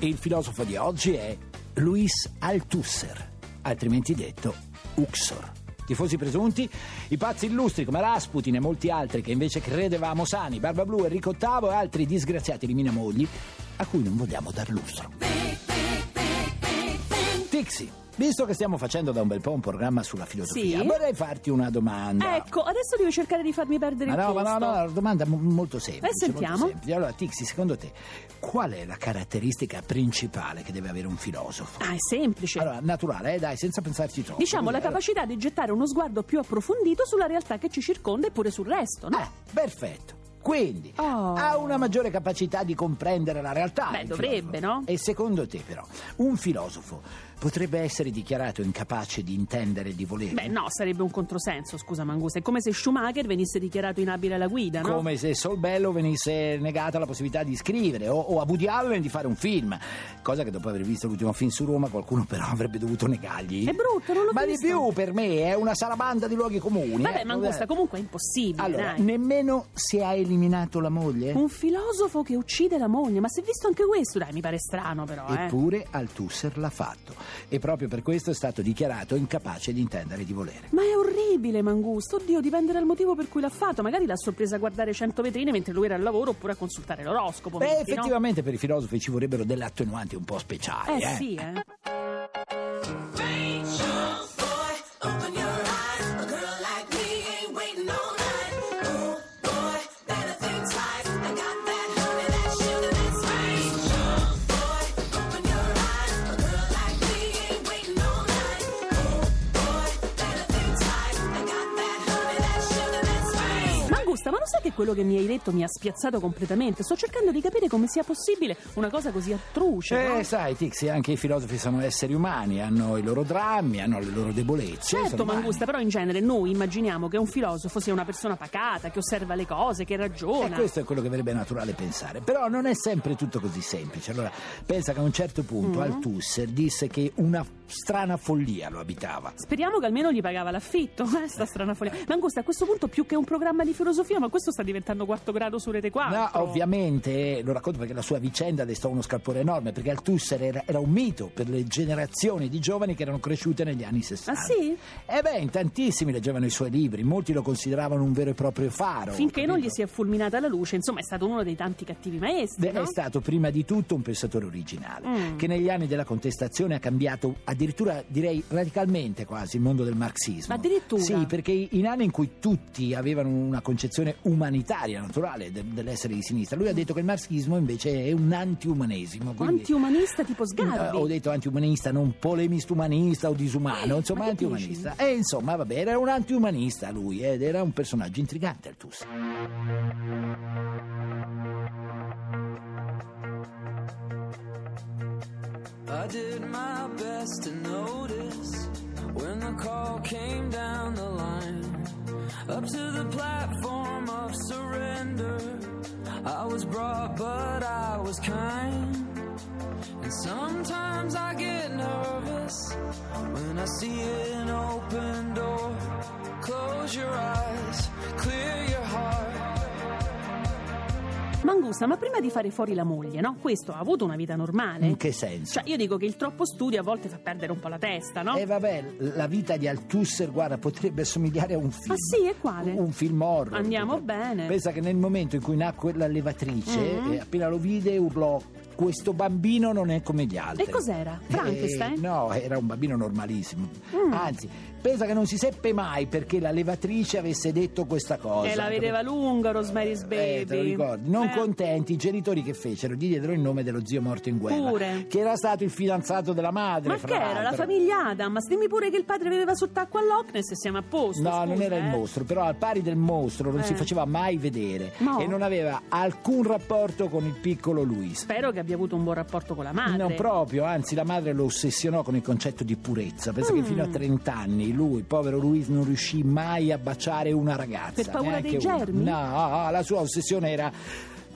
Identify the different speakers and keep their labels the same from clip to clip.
Speaker 1: Il filosofo di oggi è Luis Althusser, altrimenti detto Uxor. Tifosi presunti, i pazzi illustri come Rasputin e molti altri che invece credevamo sani, Barba Blu, Enrico VIII e altri disgraziati di mina mogli, a cui non vogliamo dar lustro. Tixi, visto che stiamo facendo da un bel po' un programma sulla filosofia,
Speaker 2: Sì.
Speaker 1: vorrei farti una domanda.
Speaker 2: Ecco, adesso devi cercare di farmi perdere
Speaker 1: Ma
Speaker 2: il
Speaker 1: no, ma
Speaker 2: posto.
Speaker 1: no, no, è una domanda mo- molto semplice.
Speaker 2: Eh, sentiamo.
Speaker 1: molto semplice. Allora, Tixi, secondo te, qual è la caratteristica principale che deve avere un filosofo?
Speaker 2: Ah, è semplice.
Speaker 1: Allora, eh, naturale, eh, dai, senza pensarci troppo.
Speaker 2: diciamo la
Speaker 1: Allora-
Speaker 2: capacità di gettare uno sguardo più approfondito sulla realtà che ci circonda e pure sul resto, no?
Speaker 1: Ah, perfetto. Quindi
Speaker 2: Oh.
Speaker 1: ha una maggiore capacità di comprendere la realtà.
Speaker 2: Beh,
Speaker 1: il
Speaker 2: dovrebbe,
Speaker 1: filosofo.
Speaker 2: no?
Speaker 1: E secondo te, però, un filosofo potrebbe essere dichiarato incapace di intendere e di volere?
Speaker 2: Beh, no, sarebbe un controsenso, scusa Mangusta. È come se Schumacher venisse dichiarato inabile alla guida, no?
Speaker 1: Come se Solbello venisse negata la possibilità di scrivere o, o a Woody Allen di fare un film, cosa che dopo aver visto l'ultimo film su Roma qualcuno però avrebbe dovuto negargli.
Speaker 2: È brutto, non l'ho
Speaker 1: Ma
Speaker 2: visto.
Speaker 1: di più per me è una sarabanda di luoghi comuni.
Speaker 2: Vabbè,
Speaker 1: eh.
Speaker 2: Mangusta, comunque è impossibile,
Speaker 1: Allora,
Speaker 2: dai. Uh,
Speaker 1: nemmeno se ha eliminato la moglie?
Speaker 2: Un filosofo che uccide la moglie, ma si è visto anche questo? Dai, mi pare strano però, eh.
Speaker 1: Eppure Althusser l'ha fatto e proprio per questo è stato dichiarato incapace di intendere e di volere.
Speaker 2: Ma è orribile, Mangusto. Oddio, dipende dal motivo per cui l'ha fatto. Magari l'ha sorpresa a guardare 100 vetrine mentre lui era al lavoro oppure a consultare l'oroscopo.
Speaker 1: Beh,
Speaker 2: metti, no?
Speaker 1: effettivamente per i filosofi ci vorrebbero delle attenuanti un po' speciali.
Speaker 2: Eh sì, eh.
Speaker 3: boy, open your eyes. A girl like me ain't waiting all night. Oh boy, better think twice. I got that honey, that sugar, that spice. Oh boy, open your eyes. A girl like me ain't waiting all night. Oh boy, better think twice. I got that honey, that sugar, that spice.
Speaker 2: Mangusta, ma lo sai che quello che mi hai detto mi ha spiazzato completamente? Sto cercando di capire come sia possibile una cosa così atroce.
Speaker 1: Eh, sai, Tixi, anche i filosofi sono esseri umani, hanno i loro drammi, hanno le loro debolezze. sono
Speaker 2: Certo,
Speaker 1: umani.
Speaker 2: Mangusta, però in genere noi immaginiamo che un filosofo sia una persona pacata, che osserva le cose, che
Speaker 1: E
Speaker 2: ragiona.
Speaker 1: Eh, questo è quello che verrebbe naturale pensare. Però non è sempre tutto così semplice. Allora, pensa che a un certo
Speaker 2: Mm.
Speaker 1: punto Althusser disse che una strana follia lo abitava.
Speaker 2: Speriamo che almeno gli pagava l'affitto, eh, sta strana follia. Mangusta, a questo punto più che un programma di filosofia, ma questo sta diventando quarto grado su Rete 4.
Speaker 1: No, ovviamente eh, lo racconto perché la sua vicenda destò uno scalpore enorme, perché Althusser era, era un mito per le generazioni di giovani che erano cresciute negli anni 60.
Speaker 2: Ah sì?
Speaker 1: E beh, in tantissimi leggevano i suoi libri, molti lo consideravano un vero e proprio faro.
Speaker 2: Finché non gli
Speaker 1: capito?
Speaker 2: si è fulminata la luce, insomma, è stato uno dei tanti cattivi maestri.
Speaker 1: Beh,
Speaker 2: No?
Speaker 1: È stato prima di tutto un pensatore originale,
Speaker 2: Mm.
Speaker 1: che negli anni della contestazione ha cambiato addirittura, direi radicalmente quasi, il mondo del marxismo.
Speaker 2: Addirittura?
Speaker 1: Sì, perché in anni in cui tutti avevano una concezione umanitaria, naturale, de- dell'essere di sinistra, lui ha detto che il marxismo invece è un antiumanesimo. quindi-
Speaker 2: Antiumanista tipo
Speaker 1: Eh, Ho
Speaker 2: Sgarbi.
Speaker 1: detto antiumanista, non polemista umanista o disumano, insomma
Speaker 2: Eh, ma che
Speaker 1: antiumanista. E insomma, vabbè, era un antiumanista lui ed era un personaggio intrigante Althusser.
Speaker 4: I did my best to notice when the call came down the line. Up to the platform of surrender, I was brought, but I was kind. And sometimes I get nervous when I see an open door. Close your eyes, clear your heart.
Speaker 2: Mangusta, ma prima di fare fuori la moglie, no? Questo ha avuto una vita normale?
Speaker 1: In che senso?
Speaker 2: Cioè, io dico che il troppo studio a volte fa perdere un po' la testa, no?
Speaker 1: E Eh, vabbè, la vita di Althusser, guarda, potrebbe somigliare a un film.
Speaker 2: Ah sì, e quale?
Speaker 1: Un film horror.
Speaker 2: Andiamo
Speaker 1: Potrebbe-
Speaker 2: bene.
Speaker 1: Pensa che nel momento in cui nacque la levatrice,
Speaker 2: Mm.
Speaker 1: eh, appena lo vide urlò questo bambino non è come gli altri.
Speaker 2: E cos'era? Frankenstein?
Speaker 1: Eh, Ah, no, era un bambino normalissimo.
Speaker 2: Mm.
Speaker 1: Anzi, pensa che non si seppe mai perché la levatrice avesse detto questa cosa.
Speaker 2: E la Eh, vedeva lunga Rosemary's
Speaker 1: Eh,
Speaker 2: Baby.
Speaker 1: te lo ricordi? Non
Speaker 2: Eh,
Speaker 1: contenti i genitori che fecero, gli diedero il nome dello zio morto in guerra,
Speaker 2: Pure.
Speaker 1: eh, che era stato il fidanzato della madre.
Speaker 2: Ma
Speaker 1: fra
Speaker 2: che era? La
Speaker 1: l'altro.
Speaker 2: famiglia Adams? Dimmi pure che il padre viveva sott'acqua all'Ockness e siamo a posto.
Speaker 1: No,
Speaker 2: scusa,
Speaker 1: non era il
Speaker 2: eh.
Speaker 1: mostro, però al pari del mostro non
Speaker 2: Eh.
Speaker 1: si faceva mai vedere
Speaker 2: No.
Speaker 1: e non aveva alcun rapporto con il piccolo Luis.
Speaker 2: Spero che abbia avuto un buon rapporto con la madre.
Speaker 1: Non proprio, anzi la madre lo ossessionò con il concetto di purezza. Pensa
Speaker 2: Mm.
Speaker 1: che fino a 30 anni lui, povero Luis, non riuscì mai a baciare una ragazza.
Speaker 2: Per paura
Speaker 1: neanche
Speaker 2: dei
Speaker 1: una.
Speaker 2: germi?
Speaker 1: No, la sua ossessione era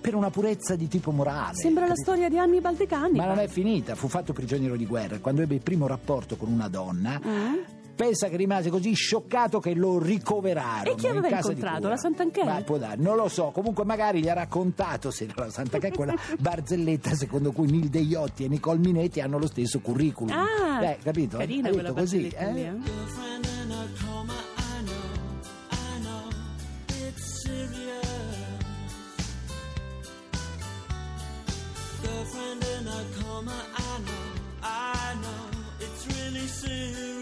Speaker 1: per una purezza di tipo morale.
Speaker 2: Sembra la storia di Hannibal De Canni.
Speaker 1: Ma non è finita, fu fatto prigioniero di guerra. Quando ebbe il primo rapporto con una donna,
Speaker 2: Eh?
Speaker 1: pensa che rimase così scioccato che lo ricoverarono.
Speaker 2: E chi aveva
Speaker 1: in casa di
Speaker 2: incontrato?
Speaker 1: cura.
Speaker 2: La Santanchè?
Speaker 1: Ma può dare, non lo so. Comunque, magari gli ha raccontato se era la Santanchè, quella barzelletta secondo cui Nil Deiotti e Nicole Minetti hanno lo stesso curriculum.
Speaker 2: Ah,
Speaker 1: Beh, capito?
Speaker 2: carina
Speaker 1: Ha
Speaker 2: quella
Speaker 1: detto così,
Speaker 2: barzelletta lì,
Speaker 1: eh?
Speaker 2: eh?
Speaker 3: Girlfriend in a coma, I know, I know, it's serious. Girlfriend in a coma, I know, I know, it's really serious.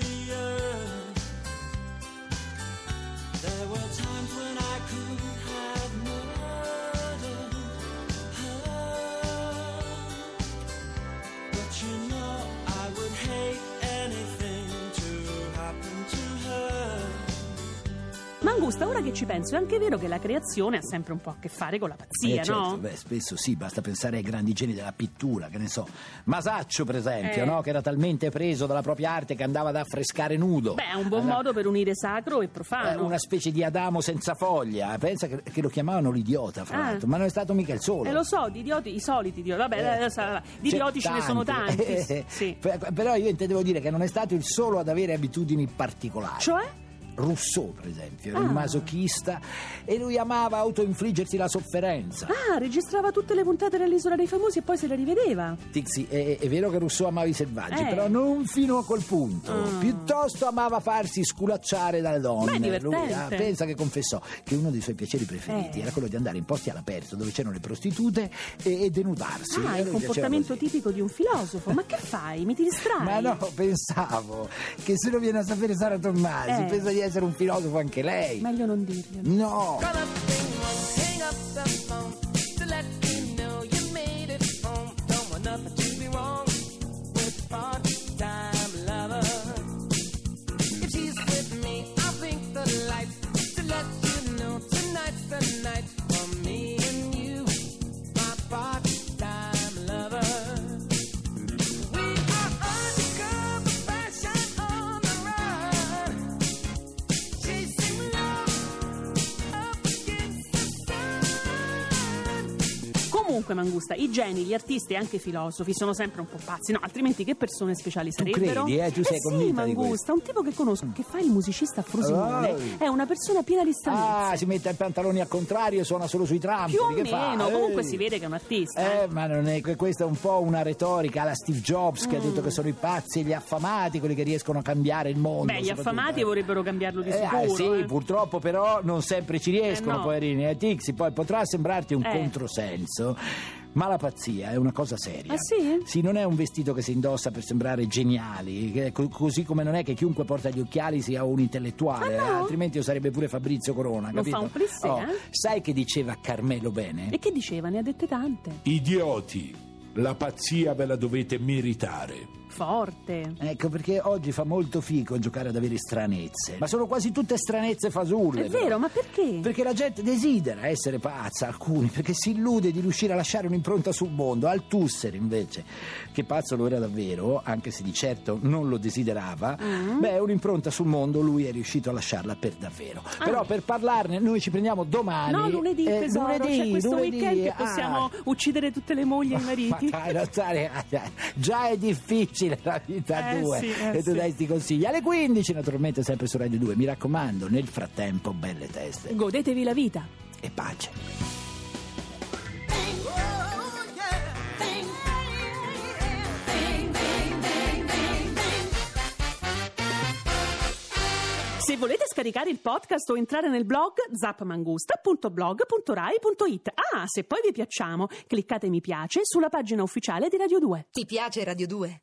Speaker 3: There were times when I could have murdered her. But you know I would hate anything to happen to her.
Speaker 2: Mangusta, ora che ci penso, è anche vero che la creazione ha sempre un po' a che fare con la
Speaker 1: Eh,
Speaker 2: pazzia,
Speaker 1: certo,
Speaker 2: no?
Speaker 1: beh, spesso sì, basta pensare ai grandi geni della pittura, che ne so. Masaccio, per esempio,
Speaker 2: Eh.
Speaker 1: no? che era talmente preso dalla propria arte che andava ad affrescare nudo.
Speaker 2: Beh, è un buon
Speaker 1: Andava-
Speaker 2: modo per unire sacro e
Speaker 1: Eh,
Speaker 2: profano.
Speaker 1: una specie di Adamo senza foglia. eh, Pensa che, che lo chiamavano l'idiota, fra
Speaker 2: Ah.
Speaker 1: l'altro, ma non è stato mica il solo.
Speaker 2: E Eh, lo so, di idioti, i soliti idioti, vabbè,
Speaker 1: Eh,
Speaker 2: adesso- vabbè, di
Speaker 1: c'è
Speaker 2: idioti ce ne sono tanti.
Speaker 1: Eh,
Speaker 2: sì.
Speaker 1: per- Però io intendevo dire che non è stato il solo ad avere abitudini particolari.
Speaker 2: Cioè?
Speaker 1: Rousseau, per esempio, era
Speaker 2: Ah.
Speaker 1: un masochista e lui amava autoinfliggersi la sofferenza.
Speaker 2: Ah, registrava tutte le puntate dell'Isola dei Famosi e poi se le rivedeva.
Speaker 1: Tixi, è, è vero che Rousseau amava i selvaggi,
Speaker 2: Eh.
Speaker 1: però non fino a quel punto.
Speaker 2: Mm.
Speaker 1: Piuttosto amava farsi sculacciare
Speaker 2: Ma
Speaker 1: dalle
Speaker 2: è
Speaker 1: donne.
Speaker 2: divertente.
Speaker 1: Lui, ah, pensa che confessò che uno dei suoi piaceri preferiti
Speaker 2: Eh.
Speaker 1: era quello di andare in posti all'aperto dove c'erano le prostitute e, e
Speaker 2: ah,
Speaker 1: denudarsi. E
Speaker 2: il
Speaker 1: lui piaceva
Speaker 2: comportamento
Speaker 1: così.
Speaker 2: tipico di un filosofo. Ma che fai? Mi ti distrai?
Speaker 1: Ma no, pensavo che se lo viene a sapere Sara Tommasi,
Speaker 2: Eh.
Speaker 1: pensa di essere un filosofo anche lei.
Speaker 2: Meglio non dirglielo.
Speaker 1: Mm. No!
Speaker 5: Run up thing won't hang up the phone to let me know you made it home. Don't want nothing to be wrong with part-time lover. If she's with me, I'll blink the lights to let you know tonight's the night for me and you, my part-time lover. We are undercover, fashion on the run, chasing love. Up against the sun.
Speaker 2: Comunque, Mangusta, i geni, gli artisti e anche i filosofi sono sempre un po' pazzi, no? Altrimenti che persone speciali sarebbero?
Speaker 1: credi, eh? Tu sei
Speaker 2: sì,
Speaker 1: convinta di Mm.
Speaker 2: Mangusta, un tipo che conosco, che fa il musicista a Frosinone,
Speaker 1: Oh.
Speaker 2: è una persona piena di stranezza.
Speaker 1: Ah, si mette i pantaloni al contrario e suona solo sui trampoli.
Speaker 2: Più o
Speaker 1: che fa?
Speaker 2: meno, comunque
Speaker 1: Ehi.
Speaker 2: si vede che è un artista. eh.
Speaker 1: Eh, ma non è, que- questa è un po' una retorica alla Steve Jobs che ha detto che sono i pazzi e gli affamati quelli che riescono a cambiare il mondo.
Speaker 2: Beh, gli
Speaker 1: soprattutto.
Speaker 2: affamati vorrebbero cambiarlo di
Speaker 1: Eh, ah,
Speaker 2: sicuro.
Speaker 1: sì,
Speaker 2: eh.
Speaker 1: purtroppo però non sempre ci riescono,
Speaker 2: Eh, no.
Speaker 1: poverini. Eh, Tixi, poi potrà sembrarti un
Speaker 2: Eh.
Speaker 1: controsenso, ma la pazzia è una cosa seria.
Speaker 2: Ah, sì?
Speaker 1: Sì, non è un vestito che si indossa per sembrare geniali, che- co- così come non è che chiunque porta gli occhiali sia un intellettuale,
Speaker 2: Ah, no?
Speaker 1: eh, altrimenti lo sarebbe pure Fabrizio Corona,
Speaker 2: Non
Speaker 1: capito? Oh,
Speaker 2: fa un plissé, eh?
Speaker 1: Sai che diceva Carmelo Bene?
Speaker 2: E che diceva? Ne ha dette tante.
Speaker 6: Idioti, la pazzia ve la dovete meritare.
Speaker 2: Forte.
Speaker 1: Ecco perché oggi fa molto fico giocare ad avere stranezze. Ma sono quasi tutte stranezze fasulle.
Speaker 2: È
Speaker 1: però.
Speaker 2: vero, ma perché?
Speaker 1: Perché la gente desidera essere pazza, alcuni, perché si illude di riuscire a lasciare un'impronta sul mondo. Althusser, invece, che pazzo lo era davvero, anche se di certo non lo desiderava,
Speaker 2: Mm.
Speaker 1: beh, un'impronta sul mondo lui è riuscito a lasciarla per davvero. Però per parlarne noi ci prendiamo domani.
Speaker 2: Ah. No, lunedì,
Speaker 1: eh,
Speaker 2: tesoro,
Speaker 1: lunedì,
Speaker 2: c'è questo
Speaker 1: lunedì,
Speaker 2: weekend che
Speaker 1: ah.
Speaker 2: possiamo uccidere tutte le mogli e i mariti.
Speaker 1: Ma dai, non stare- già è difficile la vita a
Speaker 2: Eh
Speaker 1: due
Speaker 2: sì, eh
Speaker 1: e tu
Speaker 2: sì.
Speaker 1: dai sti consigli alle 15 naturalmente sempre su Radio 2 mi raccomando nel frattempo belle teste
Speaker 2: Godetevi la vita.
Speaker 1: e pace
Speaker 3: Bang, oh yeah, bang, bang, bang, bang, bang, bang, bang.
Speaker 2: Se volete scaricare il podcast o entrare nel blog zapmangusta.blog.rai.it. Ah, se poi vi piacciamo, cliccate mi piace sulla pagina ufficiale di Radio 2.
Speaker 7: Ti piace Radio 2?